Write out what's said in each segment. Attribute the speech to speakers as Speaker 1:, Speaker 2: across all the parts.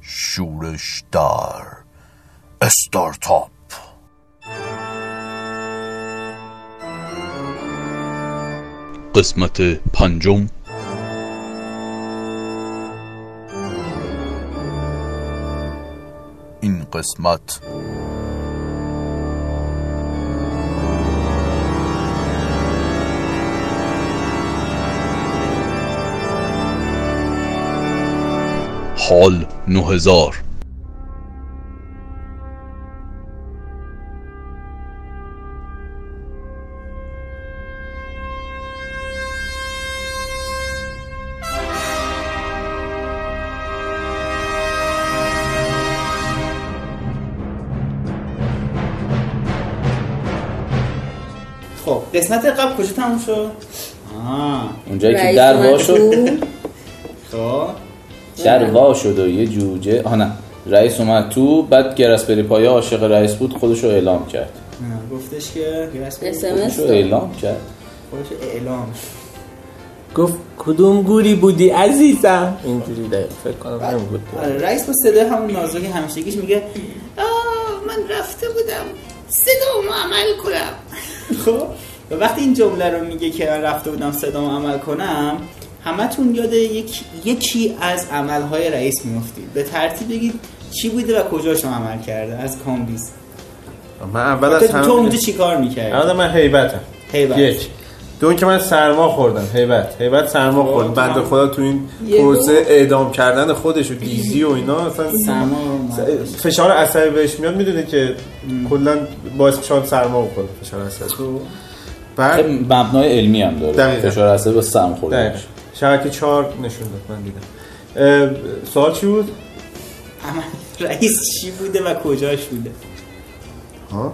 Speaker 1: شورش در استارتاپ
Speaker 2: قسمت پنجم
Speaker 1: این قسمت
Speaker 2: حال 9000
Speaker 3: خب قسمت قبل کجا تموم شد؟ آه
Speaker 4: اونجایی که
Speaker 5: رئیس
Speaker 4: در
Speaker 5: اومد
Speaker 4: وا شد
Speaker 5: تو.
Speaker 3: خب
Speaker 4: در وا شد و یه جوجه آه نه رئیس اومد تو بعد گرسپری پایه عاشق رئیس بود خودش رو اعلام کرد
Speaker 3: نه، گفتش که گرس بود.
Speaker 5: SMS.
Speaker 4: خودش رو اعلام کرد
Speaker 3: خودش اعلام
Speaker 6: گفت کدوم گوری بودی عزیزم اینجوری دقیق فکر کنم همین بود
Speaker 3: آره رئیس با صدای همون نازک همیشگیش میگه آه من رفته بودم صدامو عمل کنم خب و وقتی این جمله رو میگه که من رفته بودم صدامو عمل کنم همتون یاد یک یکی از عملهای رئیس میفتید به ترتیب بگید چی بوده و کجاش رو عمل کرده از کامبیز
Speaker 7: من اول از
Speaker 3: تو
Speaker 7: همه
Speaker 3: اونجا چی کار میکردی؟
Speaker 7: اول من حیبتم
Speaker 3: حیبت.
Speaker 7: یک دو اینکه من سرما خوردم حیبت حیبت سرما خوردم بنده خدا تو این
Speaker 5: یه
Speaker 7: پروسه
Speaker 5: دو.
Speaker 7: اعدام کردن خودش و دیزی و اینا اصلا
Speaker 3: سرما رو اومد.
Speaker 7: س- فشار عصبی بهش میاد میدونه که کلا باعث میشه سرما بخوره فشار عصبی بعد
Speaker 4: خیلی خب، مبنای علمی هم داره
Speaker 7: دقیقاً.
Speaker 4: فشار عصبی با سم
Speaker 7: دقیقاً.
Speaker 4: خورده
Speaker 7: شبکه چهار نشون داد من دیدم اه، سوال چی بود؟
Speaker 3: عمل رئیس چی بوده و کجاش بوده
Speaker 7: ها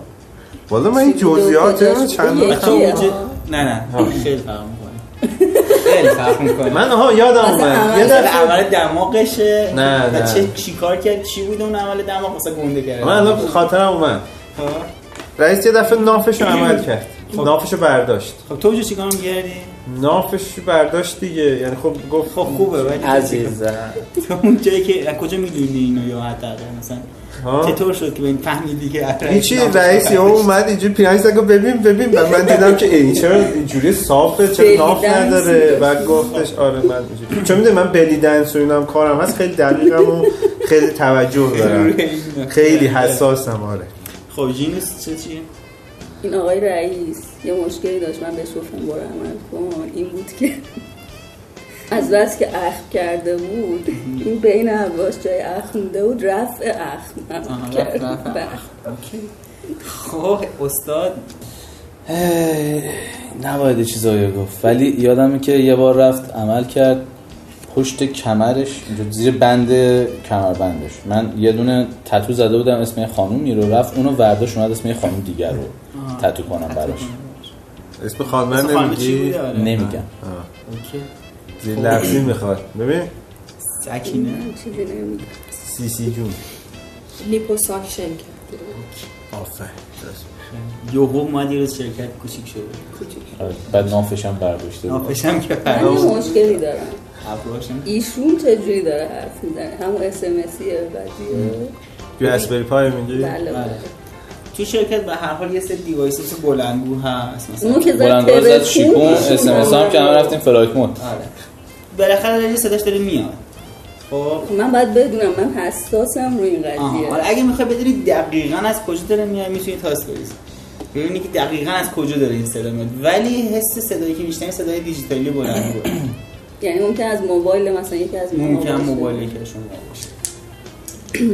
Speaker 7: والا من این جزئیات رو چند
Speaker 5: یکی
Speaker 3: بچه
Speaker 7: وقته-
Speaker 3: اونجا نه نه خیلی فرق میکنه خیلی فرق میکنه
Speaker 7: من ها یادم
Speaker 5: مثلا
Speaker 7: اومد
Speaker 5: اول-
Speaker 7: یه
Speaker 3: مثلا
Speaker 7: دفعه
Speaker 3: عمل دماغشه
Speaker 7: نه،
Speaker 3: و
Speaker 7: نه.
Speaker 3: چه چی کار کرد چی بوده اون عمل دماغ مثلا گنده کرد
Speaker 7: من الان خاطرم اومد
Speaker 3: خب.
Speaker 7: رئیس یه دفعه نافش رو عمل کرد نافش رو برداشت
Speaker 3: خب تو اونجا چیکار می‌کردی
Speaker 7: نافش رو برداشت دیگه یعنی خب گفت
Speaker 3: خب خوبه ولی
Speaker 6: عزیزم
Speaker 3: تو اون جایی که از کجا میدونی اینو یا حداقل مثلا
Speaker 7: ها؟
Speaker 3: چطور شد که به این فهمیدی که
Speaker 7: هیچی
Speaker 3: نامش
Speaker 7: رئیس
Speaker 3: رو
Speaker 7: یهو اومد اینجوری پیرنش گفت ببین ببین بعد من دیدم که ای چرا اینجوری صافه چرا ناف
Speaker 5: بلیدنس
Speaker 7: نداره و گفتش آره من اینجوری چون میدونی من بلی دنس و اینم کارم هست خیلی دقیقم و خیلی توجه دارم
Speaker 3: روی این-
Speaker 7: خیلی حساسم آره
Speaker 3: خب جینوس چه چیه
Speaker 5: این آقای رئیس یه مشکلی داشت من بهش گفتم برو عمل کن این بود که از بس که اخم کرده بود این بین عباس جای اخمونده بود رفع اخم
Speaker 3: آها،
Speaker 5: عمل
Speaker 3: رفع-
Speaker 5: کرد.
Speaker 3: رفع
Speaker 5: بله.
Speaker 3: خب استاد
Speaker 4: نباید یه چیزایی رو گفت ولی یادمه که یه بار رفت عمل کرد پشت کمرش اینجا زیر بند کمربندش من یه دونه تتو زده بودم اسم یه خانومی رو رفت اونو ورداش اومد اسم یه خانوم دیگر رو تتو کنم براش
Speaker 7: اسم خانم
Speaker 3: اصلا خب، خانم چی
Speaker 7: نمیگی
Speaker 3: بوده آره؟
Speaker 4: نمیگم
Speaker 3: اوکی.
Speaker 7: زیر لفظی میخواد ببین
Speaker 3: سکینه
Speaker 5: من چیزی نمی‌گم.
Speaker 7: سی سی جون
Speaker 8: لیپوساکشن کرد
Speaker 7: آفرین درست.
Speaker 3: یوهو اومد یه روز شرکت کوچیک شده
Speaker 4: آره. بعد نافشم برداشته بود.
Speaker 3: نافشم که
Speaker 5: من
Speaker 3: پرام
Speaker 5: یه مشکلی دارم
Speaker 3: ابروهاشم
Speaker 5: ایشون چجوری داره حرف میزنه همون اسمسیه بدیه
Speaker 7: توی اسبری پای میگی
Speaker 5: بله
Speaker 3: بله.
Speaker 5: بله
Speaker 3: تو شرکت به هر حال یه سری دیوایس مثل بلندگو هست مثلا
Speaker 5: اونو که زد
Speaker 4: بلندگاه زد
Speaker 5: ترکون،
Speaker 4: شیکون
Speaker 5: ایشون
Speaker 4: اس ام اس هم که همه رفتیم فلایت مود
Speaker 3: آره بالاخره داره یه صداش داره میاد خب
Speaker 5: من باید بدونم من حساسم روی این
Speaker 3: آها آره. حالا
Speaker 5: قضیه
Speaker 3: اگه میخوای بدونی دقیقا از کجا داره میاد میتونی تاس بریز ببینی که دقیقا از کجا داره این صدا میاد ولی حس صدایی که میشنوی صدای دیجیتالی بلندگو
Speaker 5: یعنی ممکن از موبایل مثلا یکی از ما
Speaker 3: ممکن
Speaker 5: باشه.
Speaker 3: موبایل که شما باشه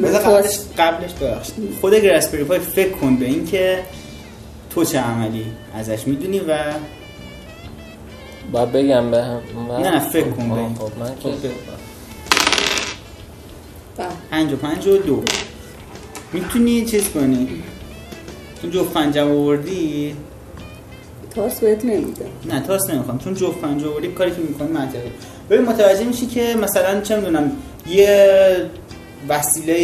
Speaker 3: بذار قبلش قبلش ببخشید خود گرسپری پای فکر کن به اینکه تو چه عملی ازش میدونی و
Speaker 6: باید بگم به هم من-
Speaker 3: نه فکر کن به
Speaker 6: آه،
Speaker 3: این
Speaker 6: خب من
Speaker 3: خب،
Speaker 6: که
Speaker 3: فکر کن.
Speaker 5: به.
Speaker 3: پنج و پنج و دو میتونی چیز کنی چون جفت پنجم آوردی
Speaker 5: تاس بهت نمیدم
Speaker 3: نه تاس نمیخوام چون جفت پنج آوردی کاری که میکنی منطقی ببین متوجه میشی که مثلا چه میدونم یه وسیله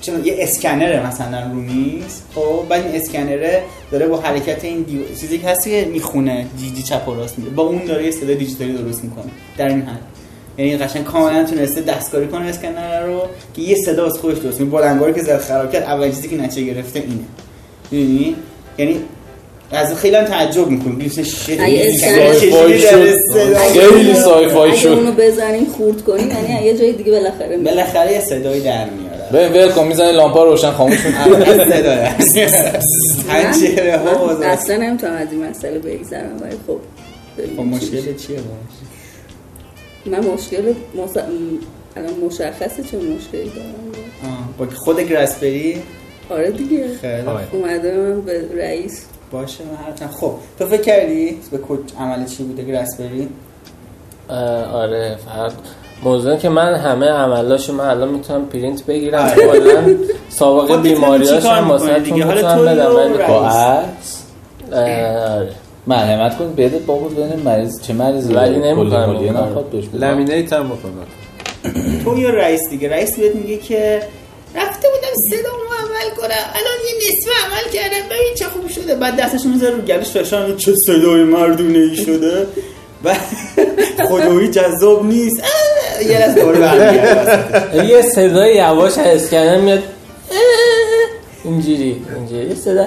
Speaker 3: چه می‌دونم، یه اسکنره مثلا رو میز خب بعد این اسکنره داره با حرکت این دیو... چیزی که هستی که میخونه جی جی چپ و راست میده با اون داره یه صدای دیجیتالی درست میکنه در این حد یعنی قشنگ کاملا تونسته دستکاری کنه اسکنر رو که یه صدا از خودش درست کنه بلنگاری که زد خراب کرد اولین چیزی که نتیجه گرفته اینه میدونی یعنی از خیلی هم تعجب میکنم گیفت شیت
Speaker 5: اگه
Speaker 3: این
Speaker 5: اسکنر
Speaker 3: چجوری
Speaker 4: سایفای
Speaker 3: داره
Speaker 4: شد.
Speaker 3: صدا
Speaker 4: خیلی سایفای
Speaker 5: اگه
Speaker 4: شد
Speaker 5: اونو بزنیم خورد کنیم یعنی یه جای دیگه بالاخره می‌ره.
Speaker 3: بالاخره یه صدایی در میاره
Speaker 4: ببین ول کن میزنی لامپا رو روشن خاموش می‌کنی.
Speaker 3: اول صدا در میاره. پنجره ها
Speaker 5: من
Speaker 3: باز
Speaker 5: اصلا نمیتونم از این مسئله بگذرم ولی خب ببینیم
Speaker 3: خب
Speaker 5: چی میشه.
Speaker 3: مشکل چیه باش
Speaker 5: من مشکل مس... م- الان مشخصه چه مشکلی دارم
Speaker 3: آه، با خود گرسپری
Speaker 5: آره دیگه
Speaker 3: خیلی
Speaker 5: اومده من به رئیس
Speaker 3: باشه من حتما خب تو فکر کردی به کد عمل چی بوده گرسپری
Speaker 6: اه، آره فرق موضوع که من همه عملاشو من الان میتونم پرینت بگیرم
Speaker 3: آره.
Speaker 6: کلا سابقه
Speaker 3: خودت هم
Speaker 6: بیماریاش
Speaker 3: چیکار
Speaker 6: هم واسه
Speaker 3: می‌کنی دیگه؟ حالا
Speaker 6: میتونم
Speaker 3: تو
Speaker 6: بدم
Speaker 3: رو
Speaker 6: ولی
Speaker 3: رئیس.
Speaker 6: خب،
Speaker 4: با عکس
Speaker 6: اه، آره
Speaker 4: مرحمت کن بده بابا ببین مریض چه مریضی
Speaker 6: ولی
Speaker 4: داره.
Speaker 6: نمی‌کنم.
Speaker 4: کلی مالیه نخواد بهش بده.
Speaker 9: لامینیت هم بکنم
Speaker 3: تو یا رئیس دیگه رئیس بهت میگه که رفته بودم صدامو عمل کنم الان یه نصفه عمل کردم ببین چه خوب شده بعد دستشو میذاره رو گلوش فشار میده چه صدای مردونه ای شده و خدایی جذاب نیست اه، یه لحظه دوباره برمیگرده
Speaker 6: یه صدای یواش از اسکنر میاد اینجوری اینجوری یه صدا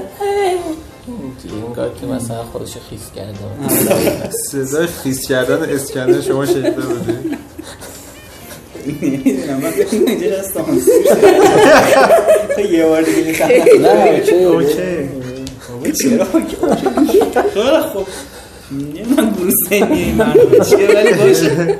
Speaker 6: اینجوری انگار که مثلا خودش خیس کرده
Speaker 7: صدای خیس کردن اسکنر شما شنیده بودی
Speaker 3: نمیدونم من فکر اینجا از سانسور شده. تو یه بار دیگه می‌خندم.
Speaker 4: نه اوکی.
Speaker 7: اوکی
Speaker 3: چرا خیلی خب نمیدونم گروه سنی این برنامه چیه ولی باشه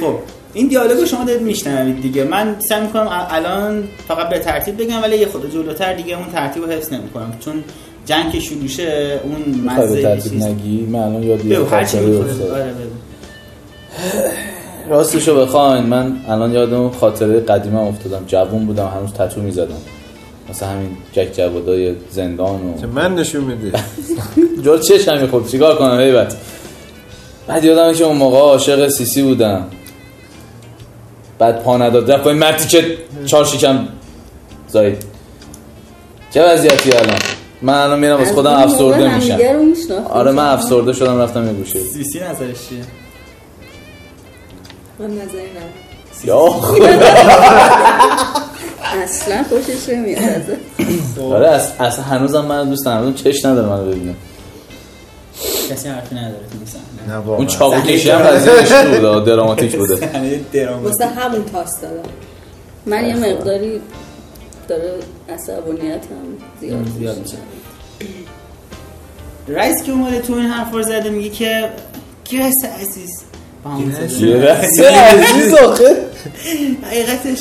Speaker 3: خب این دیالوگ رو شما دارید میشنوید دیگه من سعی میکنم الان فقط به ترتیب بگم ولی یه خود جلوتر دیگه اون ترتیب رو حفظ نمیکنم چون جنگ که شروع شه اون
Speaker 4: می‌خوای به
Speaker 3: مزه
Speaker 4: ترتیب
Speaker 3: چیز
Speaker 4: نگی خب، من الان یاد یه
Speaker 3: بگو هر چی
Speaker 4: خاطره
Speaker 3: می‌خوای.
Speaker 4: افتاد.
Speaker 3: آره، بگو.
Speaker 4: راستشو بخواین من الان یادم خاطره قدیمم افتادم جوون بودم هنوز تتو میزدم مثلا همین جک جوادای زندان و
Speaker 7: که من نشون میدی
Speaker 4: جور چشمی خب چیکار کنم هیبت بعد یادم که اون موقع عاشق سیسی بودم بعد پا نداد رفت با این مرتی که چهار شکم زایید چه وضعیتی الان من الان میرم از خودم
Speaker 5: اون موقع
Speaker 4: افسرده
Speaker 5: همدیگه
Speaker 4: میشم
Speaker 5: رو می‌شناختیم.
Speaker 4: آره من افسرده شدم رفتم یه گوشه
Speaker 3: سیسی نظرش چیه
Speaker 8: من نظری ندارم
Speaker 4: یا خدا.
Speaker 5: اصلا خوشش نمیاد ازت.
Speaker 4: آره اص- اصلا هنوزم من دوست ندارم چش نداره منو ببینه
Speaker 3: کسی حرفی نداره تو این صحنه.
Speaker 7: نه
Speaker 4: اون
Speaker 7: واقعا
Speaker 4: چاقو کشی هم قضیهش بوده دراماتیک بوده
Speaker 3: صحنه دراماتیک.
Speaker 8: واسه همون تاس دادم
Speaker 5: من یه مقداری داره عصبانیت هم زیاد
Speaker 3: زیاد
Speaker 5: میشه
Speaker 3: رئیس که اومده تو این حرف رو زده میگه که گرس عزیز با همون صدا.
Speaker 4: یه لحظه عزیز آخه
Speaker 3: حقیقتش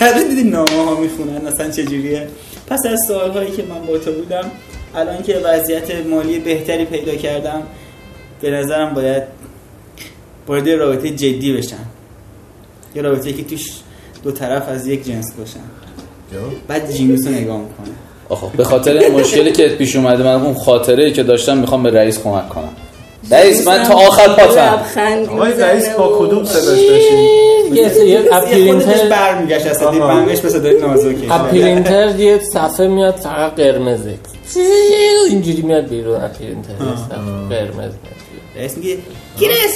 Speaker 3: هر دیدی نامه ها میخونن اصلا چجوریه پس از سوال هایی که من با تو بودم الان که وضعیت مالی بهتری پیدا کردم به نظرم باید وارد یه رابطه جدی بشم یه رابطه که توش دو طرف از یک جنس باشن بعد جینوس رو نگاه میکنه
Speaker 4: آخه به خاطر این مشکلی که پیش اومده من اون خاطره ای که داشتم میخوام به رئیس کمک کنم رئیس من تا آخر پاتم
Speaker 5: لبخندی
Speaker 7: آقای
Speaker 5: خب، می‌زنه
Speaker 7: رئیس با
Speaker 5: و-
Speaker 7: کدوم صداش داشتین
Speaker 6: یه یه اپ
Speaker 3: یه خودش
Speaker 6: پرینتر
Speaker 3: برمیگشت اصلا دید
Speaker 7: آها.
Speaker 3: بهمش به صدای نازکه
Speaker 6: اپ پرینتر یه صفحه میاد فقط قرمزه اینجوری میاد بیرون اپ پرینتر یه صفحه قرمز میاد.
Speaker 3: رئیس میگه گیرس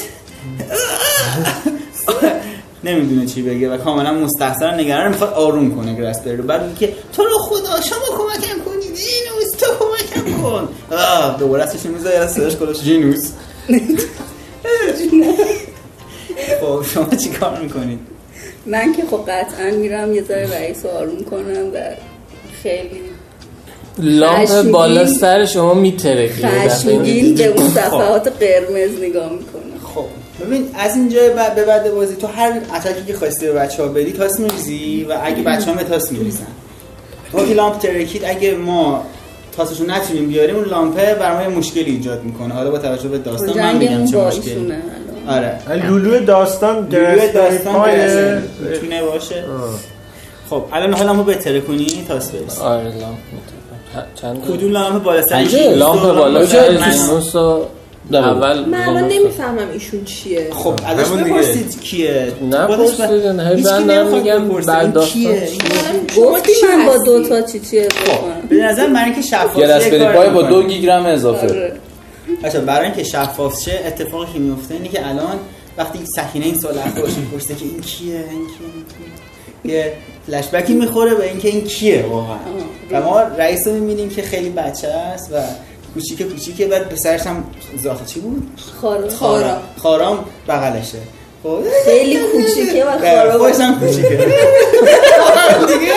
Speaker 3: نمیدونه چی بگه و کاملا مستحصر نگران میخواد آروم کنه گرسپری رو بعد میگه تو رو خدا شما کمکم کنید جینوس تو کمکم کن آه، دوباره ازش میذاره از سرش کلاش جینوس خب شما چی کار میکنید
Speaker 5: من که خب قطعا میرم یه ذره رئیس رو آروم کنم و خیلی
Speaker 6: لامپ
Speaker 5: خشمگین.
Speaker 6: بالا سر شما میترکی
Speaker 5: خشمگین به اون صفحات قرمز نگاه میکنه
Speaker 3: خب ببین از اینجا به بعد- به بعد بازی تو هر اتاکی که خواستی به بچه ها بدی تاس میریزی و اگه بچه ها به تاس میریزن تو که لامپ ترکید اگه ما تاسشو نتونیم بیاریم اون لامپه بر ما یه مشکلی ایجاد میکنه حالا با توجه به داستان من میگم
Speaker 5: جنگمون
Speaker 3: چه
Speaker 5: خب، با
Speaker 3: مشکلی
Speaker 5: ایشونه الان.
Speaker 3: آره
Speaker 7: لولو داستان
Speaker 3: گروه داستان
Speaker 7: پای
Speaker 3: درست میتونه باشه خب الان حالا ما بتره کنی تاس برس
Speaker 6: آره لامپ میترکی چند تا؟
Speaker 3: کدوم لامپ بالا سر
Speaker 4: پنجه.
Speaker 3: جینوس و
Speaker 6: لامپ بالا
Speaker 3: لامپ
Speaker 6: سر
Speaker 3: من-
Speaker 6: جینوس رو
Speaker 4: نه بابا.
Speaker 6: اول
Speaker 8: من الان
Speaker 6: جینوس رو-
Speaker 8: نمیفهمم ایشون چیه
Speaker 3: خب ازش
Speaker 7: همون دیگه.
Speaker 3: بپرسید کیه
Speaker 6: نه،
Speaker 3: خودش ب-
Speaker 6: پرسیدین.
Speaker 4: یعنی
Speaker 6: هی،
Speaker 3: هیچکی
Speaker 6: من دارم
Speaker 3: نمیخواد
Speaker 6: میگم
Speaker 3: بپرسه.
Speaker 6: بر
Speaker 3: این
Speaker 6: داستان
Speaker 3: کیه؟
Speaker 6: چیه؟
Speaker 8: منم شما
Speaker 5: گفتی
Speaker 8: چی
Speaker 5: من با
Speaker 8: هستی؟
Speaker 5: دوتا چی چیه بکنم
Speaker 3: به نظر من اینکه شفاف
Speaker 4: یه
Speaker 3: شه
Speaker 4: رسپری
Speaker 3: کار
Speaker 4: پای با
Speaker 3: می‌کنه.
Speaker 4: خب. دو گیگرم اضافه
Speaker 5: آره.
Speaker 3: بچه برای اینکه شفاف شه اتفاقی که میفته اینه که الان وقتی این سکینه این سال خوش میپرسه که این کیه این کیه این کیه؟ یه فلشبکی میخوره به اینکه این کیه واقعا و ما رئیس رو میبینیم که خیلی بچه است و کوچیک کوچیکه بعد پسرش هم ذات چی بود
Speaker 5: خارا
Speaker 8: خارا.
Speaker 3: خارام بغلشه خب
Speaker 5: خیلی کوچیکه و خارا
Speaker 3: خودش هم کوچیکه دیگه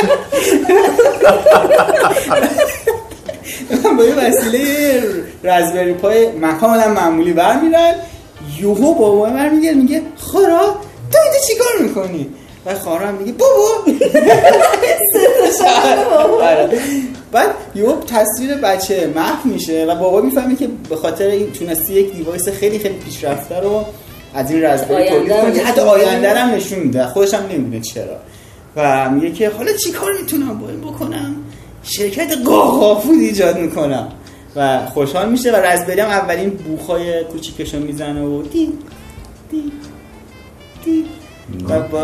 Speaker 3: با یه وسیله رزبری پای مکاملا معمولی برمیرن یوهو بابا برمیگه میگه خارا تو اینجا چیکار میکنی و خارا هم میگه بابا آره. بعد یهو تصویر بچه محو میشه و بابا میفهمه که به خاطر این تونستی یک دیوایس خیلی خیلی پیشرفته رو از این رزبری
Speaker 5: آینده
Speaker 3: تولید کنه
Speaker 5: رو
Speaker 3: که حتی
Speaker 5: نشون میده.
Speaker 3: آینده رو هم نشون میده خودش هم نمیدونه چرا و میگه که حالا چیکار میتونم با این بکنم شرکت گاهافود ایجاد میکنم و خوشحال میشه و رزبری هم اولین بوخای کوچیکشو میزنه و دی دی دی و با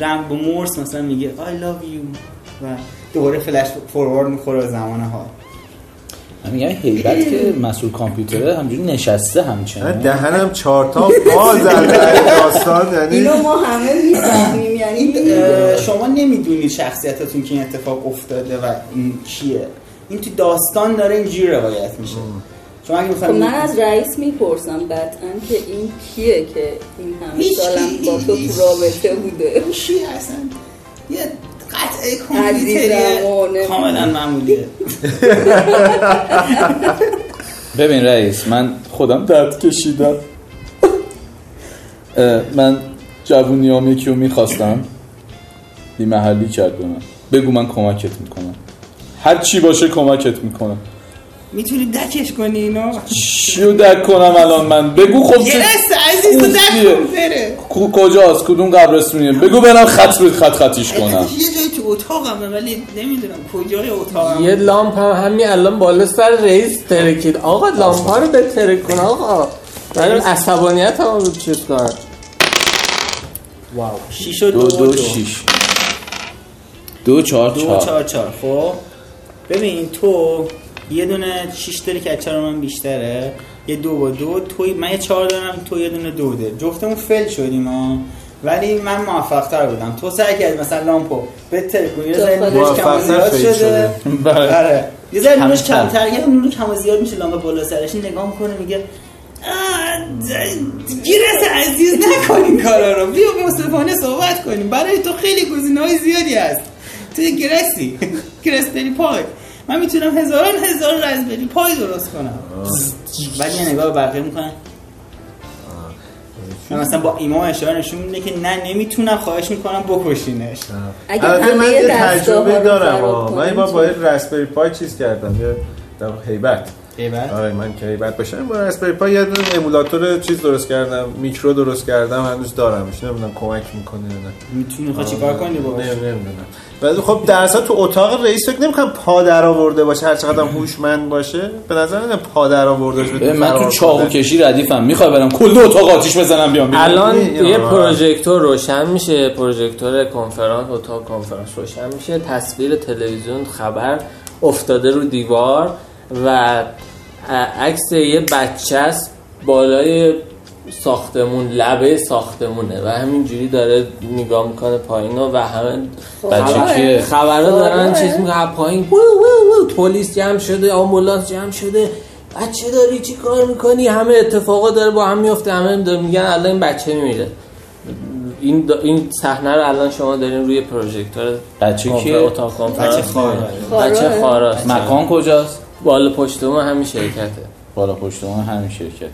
Speaker 3: رم با مورس مثلا میگه I love you و دوباره فلش فوروارد میخوره به زمان حال
Speaker 4: من میگم هیبت که مسئول کامپیوتره همجوری نشسته
Speaker 7: من
Speaker 4: همچنان
Speaker 7: دهنم چهارتا پا زد در این داستان یعنی
Speaker 5: اینو ما همه میفهمیم یعنی
Speaker 3: اه، شما نمیدونید شخصیتتون که این اتفاق افتاده و این کیه این تو داستان داره اینجوری روایت میشه شما اگه
Speaker 5: خب من
Speaker 3: میخواید
Speaker 5: از رئیس میپرسم قطعا که این کیه که این همه
Speaker 3: هیچ
Speaker 5: سالم با تو
Speaker 3: هیچ.
Speaker 5: تو رابطه بوده
Speaker 3: چی اصلا یه قطعه
Speaker 5: عزیزمونه.
Speaker 3: کامپیوتریه کاملا معمولیه
Speaker 4: ببین رئیس من خودم درد کشیدم اه، من جوونیام یکی رو میخواستم بی محلی کرد به من بگو من کمکت میکنم هر چی باشه کمکت میکنم
Speaker 3: میتونی دکش کنی اینو
Speaker 4: خب. چیو درک کنم الان من بگو خب چه-
Speaker 3: یس عزیز تو
Speaker 4: خوشیه.
Speaker 3: دک کن بره
Speaker 4: کو- کجاست کدوم قبرستونیه بگو برم خط به خط خطیش کنم
Speaker 3: یه جایی تو اتاقمه ولی نمیدونم کجای اتاقم
Speaker 6: یه لامپ هم همین الان بالا سر رئیس ترکید آقا لامپ ها رو بترک کن آقا من عصبانیت هم رو چیز کنم
Speaker 3: شیش و
Speaker 4: دو
Speaker 3: و
Speaker 4: دو شیش دو چهار
Speaker 3: دو
Speaker 4: چهار
Speaker 3: چهار چهار خب ببین تو یه دونه شیش داری که از چهار من بیشتره یه دو با دو توی من یه چهار دارم تو یه دونه دو داری جفتمون فل شدیم ها ولی من موفق تر بودم تو سعی کردی مثلا لامپو بهتر کنی یه ذره
Speaker 5: تو
Speaker 3: نورش
Speaker 5: خودت.
Speaker 3: کم و
Speaker 7: موفق‌تر
Speaker 3: زیاد
Speaker 7: فیل
Speaker 3: شده
Speaker 7: شده.
Speaker 4: بله.
Speaker 3: آره یه ذره نورش
Speaker 4: کمتر.
Speaker 3: کمتر یه نور کم و زیاد میشه لامپ بالا سرش این نگاه میکنه میگه آه، د- گیرس عزیز نکن این کارا رو بیا به مصطفانه صحبت کنیم برای تو خیلی گزینه های زیادی هست تو یه گرسی گرسبری پای من میتونم هزاران هزار رزبری پای درست کنم ولی یه نگاه به بقیه میکنن من مثلا با ایمان اشاره نشون میده که نه نمیتونم خواهش میکنم بکشینش
Speaker 5: اگه
Speaker 7: البته من
Speaker 5: همه
Speaker 7: یه
Speaker 5: دستگاه‌ها
Speaker 7: تجربه
Speaker 5: رو
Speaker 7: دارم
Speaker 5: خراب
Speaker 7: آه.
Speaker 5: کنی
Speaker 7: من یه بار با
Speaker 5: می‌تونی.
Speaker 7: یه رسپری پای چیز کردم یه در واقع هیبت
Speaker 3: ایول.
Speaker 7: آره من که هیبت باشم با رسپری پای یه دونه امولاتور چیز درست کردم میکرو درست کردم هنوز دارمش نمیدونم کمک میکنه یا نه
Speaker 3: میتونی میخوای چیکار کنی باش
Speaker 7: نه، نمیدونم ولی خب درسا تو اتاق رئیس فکر نمیکنم پا در آورده باشه هر چقدر هوشمند باشه به نظر من پا در آورده باشه
Speaker 4: من تو چاقو کشی ردیفم میخوای برم کل اتاق آتیش بزنم بیام بیرون.
Speaker 6: الان
Speaker 7: این
Speaker 6: یه
Speaker 7: آه.
Speaker 6: پروژکتور روشن میشه پروژکتور کنفرانس اتاق کنفرانس روشن میشه تصویر تلویزیون خبر افتاده رو دیوار و ا- عکس یه بچه است بالای ساختمون لبه ساختمونه و همینجوری داره نگاه میکنه پایین رو و همه
Speaker 4: بچه
Speaker 6: خبر-
Speaker 4: کیه؟
Speaker 6: خبرها دارن
Speaker 5: آره.
Speaker 6: چیز میکنه پایین وو وو وو پلیس جمع شده آمبولانس جمع شده بچه داری چی کار میکنی همه اتفاقا داره با هم میفته همه داره میگن الان این بچه میمیره این دا- این صحنه رو الان شما دارین روی پروژکتور
Speaker 4: بچه
Speaker 6: کنفر-
Speaker 4: کیه؟
Speaker 6: اتاق کنفرانس
Speaker 3: بچه خاره.
Speaker 5: خاره.
Speaker 6: بچه خاره
Speaker 4: مکان کجاست
Speaker 6: بالا پشت ما همین شرکته
Speaker 4: بالا پشت ما همین شرکت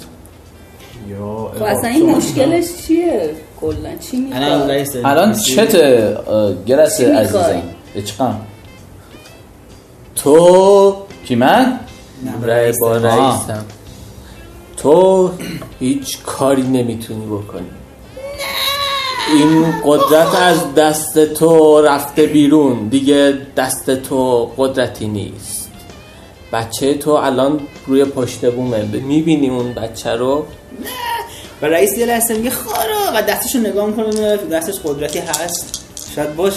Speaker 5: خب اصلا این مشکلش چیه کلا چی
Speaker 3: الان
Speaker 5: میخواد
Speaker 3: رئیس
Speaker 4: الان چته اه، گرس
Speaker 5: چی می‌خوای؟
Speaker 4: عزیزم اچقم
Speaker 6: تو
Speaker 4: کی من؟
Speaker 6: رأی با
Speaker 4: آه.
Speaker 6: رئیسم تو هیچ کاری نمیتونی بکنی این قدرت از دست تو رفته بیرون دیگه دست تو قدرتی نیست بچه تو الان روی پشت بومه میبینی اون بچه رو
Speaker 3: و رئیس یه لحظه میگه خارا و دستشو نگاه میکنه ببینه دستش قدرتی هست شاید باش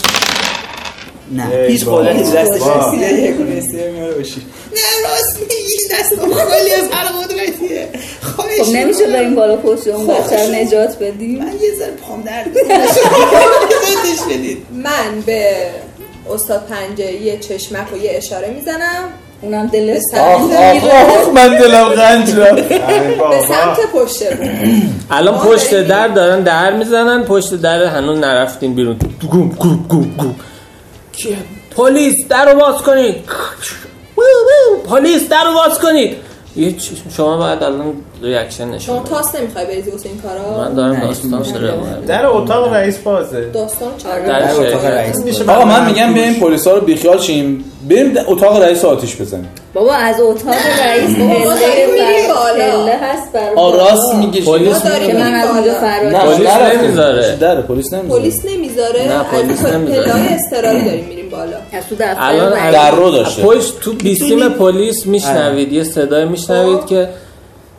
Speaker 3: نه
Speaker 7: ای
Speaker 3: هیچ
Speaker 7: بابا.
Speaker 3: قدرتی تو دستش
Speaker 7: بابا.
Speaker 3: نیست یه گونه استیو میاره بشی نه راست میگی دست ما خالی از هر قدرتیه خواهش
Speaker 5: خب نمیشه
Speaker 3: می‌کنم.
Speaker 5: بریم بالا پشت اون
Speaker 3: خب،
Speaker 5: بچه رو
Speaker 3: شما-
Speaker 5: نجات بدیم
Speaker 3: من یه ذره پام درد می‌کنه. شما بدید
Speaker 8: من به استاد پنجه یه چشمک و یه اشاره میزنم
Speaker 5: اونم دل
Speaker 8: آه،
Speaker 5: سرد
Speaker 8: آه، آه،
Speaker 7: من دلم غنج رفت
Speaker 8: به سمت پشت رو
Speaker 6: الان
Speaker 4: آره،
Speaker 8: ما
Speaker 6: پشت
Speaker 8: بریم.
Speaker 6: در دارن در میزنن پشت در هنوز نرفتیم بیرون گوم گوم گوم گوم کیه؟ پلیس در رو باز کنید وو، وو، پلیس در رو باز کنید یه چی- شما باید الان ریاکشن
Speaker 8: شما
Speaker 6: نشون بدید.
Speaker 8: تاس نمیخوای بریزی واسه این
Speaker 6: من
Speaker 8: کارا
Speaker 6: دارم
Speaker 4: نه،
Speaker 6: داستان
Speaker 4: نه.
Speaker 6: داره
Speaker 7: در اتاق رئیس بازه
Speaker 8: داستان
Speaker 5: آره.
Speaker 8: چرا
Speaker 6: در
Speaker 5: در
Speaker 6: شهر.
Speaker 7: میشه
Speaker 4: آقا
Speaker 7: بعد
Speaker 4: من میگم
Speaker 7: توش.
Speaker 4: بریم پلیسا رو بیخیال شیم بریم د- اتاق رئیس رو آتیش بزنیم
Speaker 5: بابا از اتاق رئیس
Speaker 8: ما داریم میریم
Speaker 5: پله بر-
Speaker 8: بالا.
Speaker 5: پله هست بر
Speaker 4: آ راست
Speaker 5: بالا.
Speaker 4: میگه
Speaker 6: پلیس
Speaker 8: ما داریم
Speaker 5: که من
Speaker 8: میریم
Speaker 5: از اونجا
Speaker 8: بالا.
Speaker 5: فرار
Speaker 6: پلیس
Speaker 4: نرفتیم.
Speaker 6: نمیذاره.
Speaker 4: در پلیس نمیذاره
Speaker 8: پلیس نمیذاره
Speaker 6: نه، پلیس
Speaker 8: از
Speaker 6: نمیذاره.
Speaker 8: پله‌های اضطراری داریم میریم بالا
Speaker 5: از تو دفتر
Speaker 6: الان
Speaker 8: آره.
Speaker 5: رئیس.
Speaker 6: از-
Speaker 4: در رو داشته.
Speaker 6: پشت تو بیستیم پلیس میشنوید یه صدای میشنوید
Speaker 8: خب.
Speaker 6: که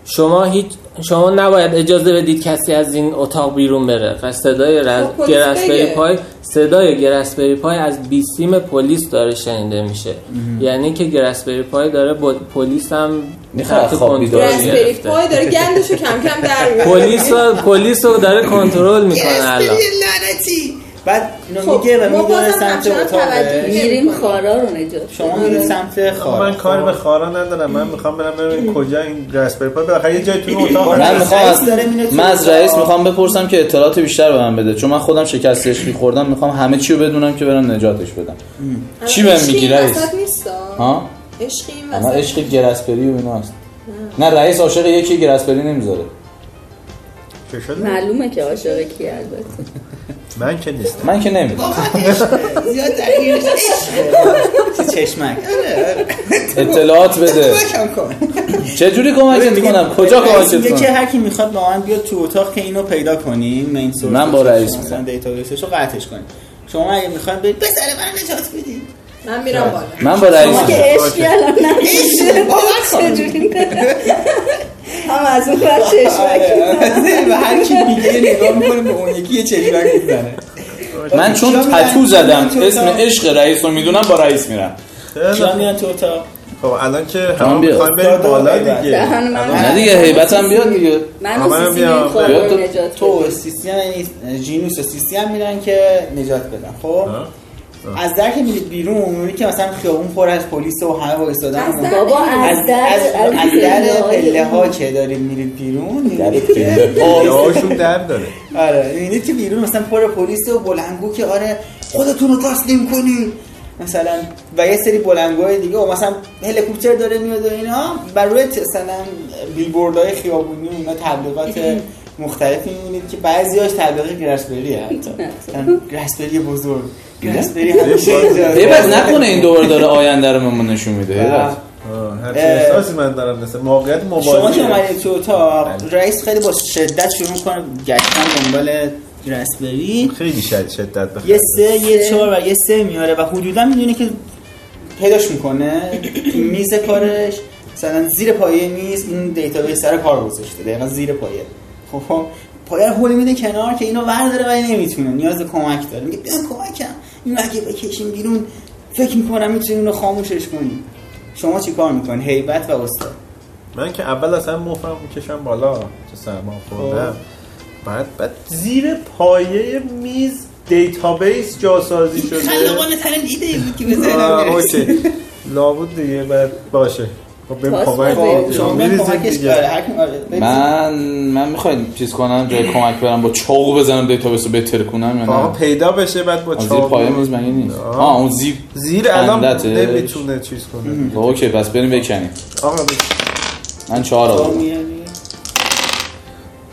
Speaker 6: شما هیچ شما نباید اجازه بدید کسی از این اتاق بیرون بره و صدای رز...
Speaker 8: خب، پلیس
Speaker 6: گرسپری
Speaker 8: بگه.
Speaker 6: پای صدای گرسپری پای از بیستیم پلیس داره شنیده میشه یعنی که گرسپری پای داره با- پلیس هم
Speaker 4: میخواد
Speaker 6: تحت
Speaker 4: خواب
Speaker 6: کنترل
Speaker 4: بیدار شه.
Speaker 8: رسپری
Speaker 6: گرفته.
Speaker 8: پای داره گندشو کم کم در میاره.
Speaker 6: پلیس رو- پلیس رو داره کنترل میکنه الان
Speaker 3: یه لعنتی بعد اینو
Speaker 8: خب،
Speaker 3: میگه و
Speaker 8: ما
Speaker 3: میدونه
Speaker 8: بازم
Speaker 3: سمت
Speaker 8: همچنان
Speaker 3: اتاقه
Speaker 8: توجه-
Speaker 5: میریم خارا رو نجات
Speaker 3: شما
Speaker 5: بدیم.
Speaker 3: میرید سمت خارج
Speaker 7: من کاری به خارا ندارم من میخوام برم ببینم کجا این رسپری پای بالاخره یه جای توی اون اتاق
Speaker 4: من
Speaker 7: هست.
Speaker 4: میخوام از
Speaker 3: رئیس داره میره تو
Speaker 4: من از رئیس
Speaker 3: اتاق.
Speaker 4: میخوام بپرسم که اطلاعات بیشتر به من بده چون من خودم شکست عشقی خوردم میخوام همه چی رو بدونم که برم نجاتش بدم چی بهم
Speaker 8: عشقی
Speaker 4: میگی
Speaker 8: این
Speaker 4: رئیس
Speaker 8: وسط نیستا
Speaker 4: ها
Speaker 8: عشقی این
Speaker 4: اما
Speaker 8: وسط
Speaker 4: عشق گرسپری و ایناست نه رئیس عاشق یکی گرسپری نمیذاره
Speaker 7: چه شده؟
Speaker 5: معلومه که عاشق کی البته
Speaker 7: من که نیست
Speaker 4: من که نمیدونم
Speaker 3: زیاد درگیرش عشقه. چه چشمک آره، آره.
Speaker 4: اطلاعات بده
Speaker 3: کم کن
Speaker 4: چه جوری کمکت کنم خب. کجا
Speaker 3: رئیس میگه
Speaker 4: کمکت
Speaker 3: که
Speaker 4: کنم
Speaker 3: هر کی میخواد با من بیاد تو اتاق که اینو پیدا کنیم مین سورس
Speaker 4: من با رئیس
Speaker 3: مثلا
Speaker 4: میرم.
Speaker 3: دیتابیسش رو قطعش کنیم شما اگه میخواد برید بسره من نجات بدید
Speaker 8: من میرم بالا
Speaker 4: من با رئیس
Speaker 5: ما که
Speaker 4: میرم.
Speaker 5: عشقی الان نمیشه چجوری هم از اون بر چشمک
Speaker 3: آره.
Speaker 4: آره.
Speaker 3: و هر کی میگه یه نگاه میکنه به اون یکی یه چشمک میزنه
Speaker 4: من چون
Speaker 3: کیا میرن؟
Speaker 4: تتو زدم
Speaker 3: کیا میرن تو
Speaker 4: اسم
Speaker 3: اتاق؟
Speaker 4: عشق رئیس رو میدونم با رئیس میرم
Speaker 3: کیا میان تو اتاق
Speaker 7: خب الان که
Speaker 4: خانم
Speaker 7: همه
Speaker 4: بیا.
Speaker 7: میخوایم بریم بالا دیگه
Speaker 5: دهن من
Speaker 7: الان
Speaker 4: نه دیگه هیبتم بیاد دیگه
Speaker 5: من
Speaker 7: آقا،
Speaker 5: و
Speaker 7: منم
Speaker 5: سیسی
Speaker 7: بیام.
Speaker 5: میریم خارا
Speaker 4: بیا
Speaker 5: رو
Speaker 4: تو-
Speaker 5: نجات
Speaker 3: تو و
Speaker 5: بدیم
Speaker 3: سیسی هم یعنی جینوس و سیسی هم میرن که نجات بدن خب از در که میرید بیرون میبینی که مثلا خیابون پر از پلیس و همه وایستادن
Speaker 8: از
Speaker 3: و-
Speaker 8: در-
Speaker 5: بابا
Speaker 3: از
Speaker 5: از در
Speaker 3: از از در
Speaker 5: پله‌های-
Speaker 3: پله ها که دارید میرید بیرون می‌بینید که-
Speaker 7: یهاشون در داره
Speaker 3: آره میبینید که بیرون مثلا پر پلیس و بلنگو که آره خودتون رو تسلیم کنید مثلا و یه سری بلنگوهای دیگه و مثلا هلیکوپتر داره میاد و اینا بر روی ت- مثلا بیلبوردهای خیابونی و اینا تبلیغات مختلف میبینید که بعضیاش تبلیغ گرسبری حتی مثلا گرسبری بزرگ گرسبری همیشه اینجاست.
Speaker 4: هیبت نکنه این دوباره داره آینده رو بهمون نشون میده
Speaker 7: بله.
Speaker 4: هیبت
Speaker 7: آه، هرچی احساسی من دارم مثل موقعیت
Speaker 3: شما که
Speaker 7: موازی
Speaker 3: اومدید تو اتاق رئیس خیلی با شدت شروع کنه گشتن دنبال گرسبری
Speaker 7: خیلی شد شدت بخیر
Speaker 3: یه سه یه چهار و یه سه میاره و حدودا میدونه که پیداش میکنه تو میز کارش مثلا زیر پایه میز این دیتابیس سر کار گذاشته دقیقا زیر پایه خب پایه رو هول میده کنار که اینو ورداره ولی نمیتونه نیاز به کمک داره میگه بیا کمکم اینو اگه بکشیم بیرون فکر میکنم میتونیم رو خاموشش کنیم شما چیکار میکنی هیبت و استاد
Speaker 7: من که اول اصلا مفرم میکشم بالا چه سرما
Speaker 3: خب.
Speaker 7: خوردم بعد بعد زیر پایه میز دیتابیس جاسازی شده
Speaker 3: خلاقانه ترین ایده بود که به
Speaker 7: آه،
Speaker 3: ذهنم میرسید.
Speaker 7: اوکی لابد دیگه بعد باشه خب بریم
Speaker 5: پاس بده.
Speaker 7: کمک کنیم.
Speaker 3: شما بریم
Speaker 7: می‌ریزیم
Speaker 3: کمکش
Speaker 7: دیگه.
Speaker 3: کنه. هر کی- آره، بریم.
Speaker 4: من من میخواید چیز کنم جای کمک برم با چاقو بزنم دیتابیس رو بهتر کنم یا
Speaker 7: آقا
Speaker 4: نه
Speaker 7: پیدا بشه بعد با
Speaker 4: آه، زیر
Speaker 7: چاقو.
Speaker 4: پایه میز مگه نیست
Speaker 7: آه.
Speaker 4: آه اون زیر
Speaker 7: خب. زیر الان
Speaker 4: خندتش.
Speaker 7: نمیتونه چیز کنه
Speaker 4: خب، اوکی پس بریم بکنیم
Speaker 7: آقا بس.
Speaker 4: من چهار
Speaker 3: شما
Speaker 4: آوردم
Speaker 3: میاری؟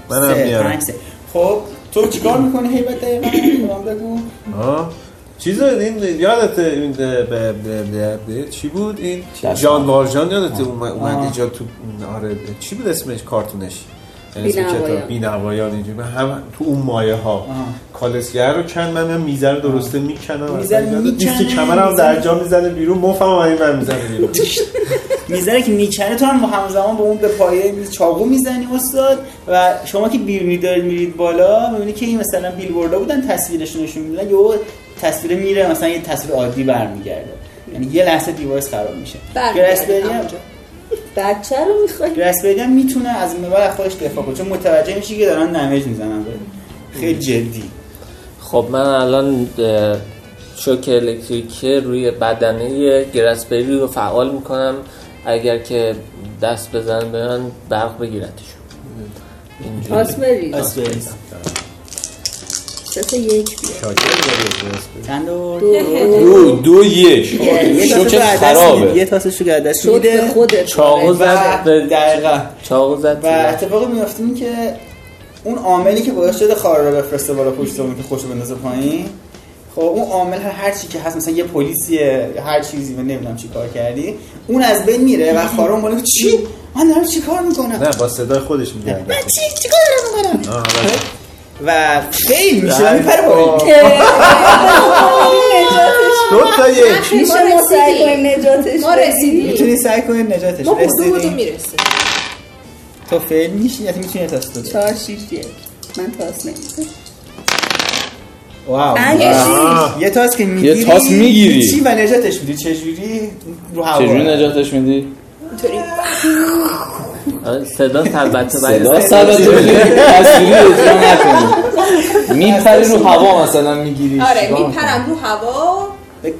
Speaker 7: منم
Speaker 3: سه،
Speaker 7: میارم
Speaker 3: پنج، سه. خب تو چیکار میکنی هیبت دقیقا به من بگو
Speaker 7: آه. چیز این یادت این به- به- به- به- به- چی بود این
Speaker 4: چشم.
Speaker 7: جان وارجان یادت اومد اومد اینجا تو آره چی بود اسمش کارتونش یعنی
Speaker 5: بی‌نوایان.
Speaker 7: بینوایان اینجا من هم تو اون مایه ها کالسگر رو کن من هم میزه رو درسته میکنم
Speaker 3: میزه رو می‌کنه،
Speaker 7: که کمرم در جا میزنه بیرون مفم هم این من میزنه بیرون
Speaker 3: میذاره که میکنه تو هم همزمان به اون به پایه میز چاقو میزنی استاد و شما که بیرونی دارید میرید بالا میبینی که این مثلا بیلبوردا بودن تصویرشون نشون میدن یهو تصویر میره مثلا یه تصویر عادی برمیگرده یعنی یه لحظه دیوارس خراب میشه
Speaker 8: برمیگردیم
Speaker 3: گرسپری هم
Speaker 8: همونجا.
Speaker 5: بچه رو میخوای
Speaker 3: گرسبری هم میتونه از این به بعد از خودش دفاع کنه چون متوجه میشه که دارن دمیج میزنن به خیلی جدی
Speaker 6: خب من الان اه، شوک الکتریکی روی بدنه گرسبری رو فعال میکنم اگر که دست بزن به من برق بگیرتش
Speaker 5: آس بری
Speaker 3: آسپریس
Speaker 5: سه یک بیا
Speaker 3: چند و
Speaker 4: دو دو یک
Speaker 3: یه تاسه
Speaker 4: شوکت
Speaker 3: رو عدس می‌دی،
Speaker 4: خرابه
Speaker 3: یه تاسه شو عدس
Speaker 5: شد به
Speaker 3: میده
Speaker 5: خودت
Speaker 6: چاقو
Speaker 3: و
Speaker 6: زد به
Speaker 3: دقیقا
Speaker 6: چاقو زد
Speaker 3: و
Speaker 6: به-
Speaker 3: اتفاقی میفته این که اون عاملی که باعث شده خار رو بفرسته بالا پشت سرمون که خوشو بندازه پایین خب اون عامل هر هر چی که هست مثلا یه پلیسیه یا هر چیزی من نمیدونم چی کار کردی اون از بین میره و خارا اون بالا میگه، چی من دارم چی کار میکنم
Speaker 7: نه با صدای خودش میگن
Speaker 3: من چی چی کار دارم میکنم و فیل میشه
Speaker 4: بله.
Speaker 3: و میپره پایین
Speaker 7: دو تا یک
Speaker 5: میشه ما سعی کنیم نجاتش
Speaker 8: ما رسیدیم.
Speaker 5: بدیم؟
Speaker 3: میتونی سعی کنی نجاتش
Speaker 8: ما بودو بودو
Speaker 3: رسیدی
Speaker 8: خب، میرسیم
Speaker 3: تو فیل میشی یعنی میتونی تاس تو
Speaker 8: خب.
Speaker 5: چهار شیش یک من تاس نمیدم
Speaker 3: واو
Speaker 5: پنج شیش
Speaker 3: یه تاس که میگیری
Speaker 4: یه تاس می‌گیری.
Speaker 3: چی و نجاتش میدی چجوری رو هوا
Speaker 4: چجوری نجاتش میدی؟
Speaker 8: اینطوری
Speaker 6: آره، صدا البته
Speaker 4: صدا
Speaker 6: برای
Speaker 4: سبت تصویری اجرا نکنی میپری رو هوا مثلا میگیری
Speaker 8: آره میپرم رو هوا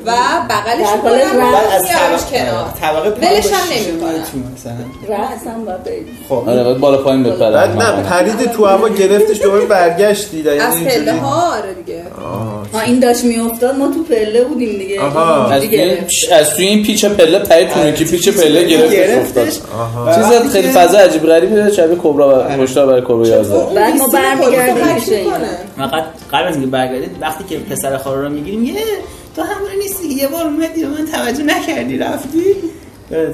Speaker 8: و بغلش
Speaker 5: در حال
Speaker 8: میکنم
Speaker 5: رفت.
Speaker 3: بعد از
Speaker 8: و میارمش
Speaker 3: طبقه
Speaker 8: کنار
Speaker 3: طبقه پایین
Speaker 8: ولش
Speaker 3: با
Speaker 8: هم
Speaker 3: شیشه
Speaker 8: نمی‌کنم.
Speaker 3: میاد تو مثلا
Speaker 5: رأسم و بریم
Speaker 4: آره
Speaker 3: خب
Speaker 4: باید بالا پایین
Speaker 7: بعد
Speaker 4: بپرم
Speaker 7: نه پرید تو هوا گرفتش دوباره برگشتی یعنی
Speaker 8: از پله
Speaker 7: اینجوری.
Speaker 8: ها آره دیگه
Speaker 5: آه این داشت میافتاد ما تو پله بودیم دیگه
Speaker 7: آها.
Speaker 4: از توی این- از توی این پیچ پله پرید تو یکی پیچ پله گرفتش افتاد
Speaker 3: گرفتش
Speaker 7: آها.
Speaker 3: و
Speaker 4: چیز
Speaker 3: وقتی
Speaker 4: خیلی
Speaker 3: که-
Speaker 4: فضا عجیب غریبه شبیه کبرا و هشدار برای کبرا 11
Speaker 5: بعد ما برمیگردیم پیش اینا.
Speaker 3: و قد- قبل از اینکه برگردید وقتی که پسر خاله رو میگیریم یه تو همون نیستی که یه بار اومدی به من توجه نکردی رفتی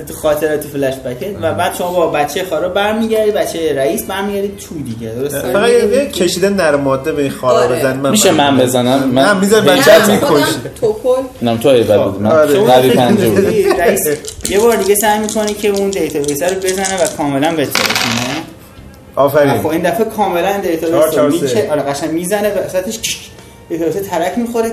Speaker 3: تو خاطرات تو فلش بکت و بعد شما با بچه خارا برمیگردید بچه رئیس برمیگردید تو دیگه درسته
Speaker 7: فقط یه- یه کشیدن نرم ماده به این خارا
Speaker 8: آره.
Speaker 7: بزن
Speaker 4: میشه من بزنم
Speaker 7: نه
Speaker 4: من
Speaker 7: میزن بچه
Speaker 8: من
Speaker 7: میکشی
Speaker 8: خودم توپل
Speaker 4: نم تو ایول بودی من
Speaker 7: آره.
Speaker 4: قوی پنجه بودم
Speaker 3: رئیس یه بار دیگه سعی میکنه که اون دیتابیس رو بزنه و کاملا بترسونه خب
Speaker 7: آفرین
Speaker 3: این دفعه کاملا دیتا
Speaker 7: چهار، چهار،
Speaker 3: رو میچه
Speaker 7: سه.
Speaker 3: آره قشنگ میزنه وسطش دیتا رو ترک میخوره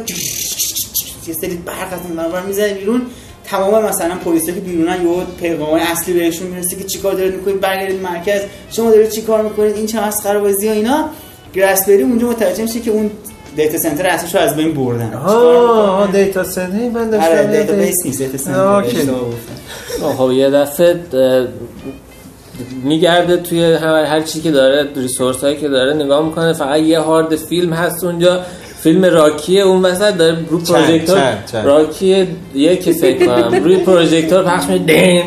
Speaker 3: یه سری برق از این برابر میزنه بیرون تمام مثلا پلیسا که بیرونن یه پیغام اصلی بهشون میرسه که چیکار دارید میکنید برگردید مرکز شما دارید چیکار میکنید این چه مسخره بازی و اینا گرسبری اونجا متوجه میشه که اون دیتا سنتر اصلش رو از بین بردن چیکار می‌کنن؟
Speaker 7: آها دیتا سنه من
Speaker 3: آره
Speaker 7: داشتم یه
Speaker 3: دیتا بیس
Speaker 7: دیتا-
Speaker 3: نیست دیتا سنتر
Speaker 7: آه، اوکی.
Speaker 3: اشتباه گفتم.
Speaker 6: خب یه دفعه اه، میگرده توی هر, هر چی که داره ریسورس هایی که داره نگاه میکنه فقط یه هارد فیلم هست اونجا فیلم راکیه اون وسط داره رو پروژکتور
Speaker 7: چند، چند.
Speaker 6: راکیه یکی فکر کنم روی پروژکتور پخش میشه دین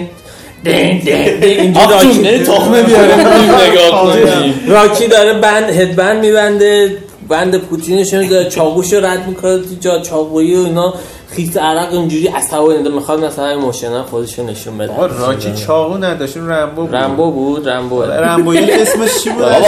Speaker 6: دین دین دین اینجا راکی
Speaker 4: تخمه بیاره نگاه کنی
Speaker 6: راکی داره بند هدبند میبنده بند پوتینش رو داره چاقوش رو رد میکنه تو جا چاقویی و اینا خیس عرق اونجوری عصبانی نده میخواد مثلا این موشن‌ها خودش رو نشون بده
Speaker 7: آقا راکی چاقو نداشت اون رمبو بود.
Speaker 6: رمبو بود رمبو
Speaker 7: رمبو یک اسمش چی بود
Speaker 4: بابا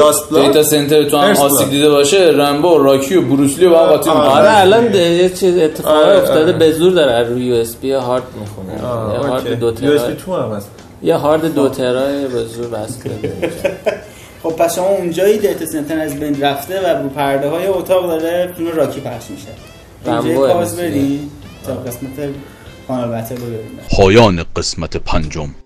Speaker 7: لاست
Speaker 4: دیتا
Speaker 7: بلاد
Speaker 4: سنتر تو هم
Speaker 7: فرست
Speaker 4: آسیب
Speaker 7: بلاد.
Speaker 4: دیده باشه رمبو راکی و بروسلی و با هم قاطی
Speaker 7: آره.
Speaker 4: می‌کنه.
Speaker 6: آره الان ده- یه چیز اتفاقی
Speaker 7: آره،
Speaker 6: افتاده
Speaker 7: آره.
Speaker 6: به زور داره از روی یو اس بی هارد میخونه یه هارد دو ترا
Speaker 7: USB تو هم هست
Speaker 6: یه هارد دو ترا به زور وصل کرده.
Speaker 3: خب پس شما اونجایی دیتا سنتر از بین رفته و رو پرده های اتاق داره فیلم راکی پخش میشه
Speaker 6: رمبو
Speaker 3: اینجا پاس
Speaker 6: مثل.
Speaker 3: بریم تا قسمت کانال بتل رو ببینیم
Speaker 2: پایان قسمت پنجم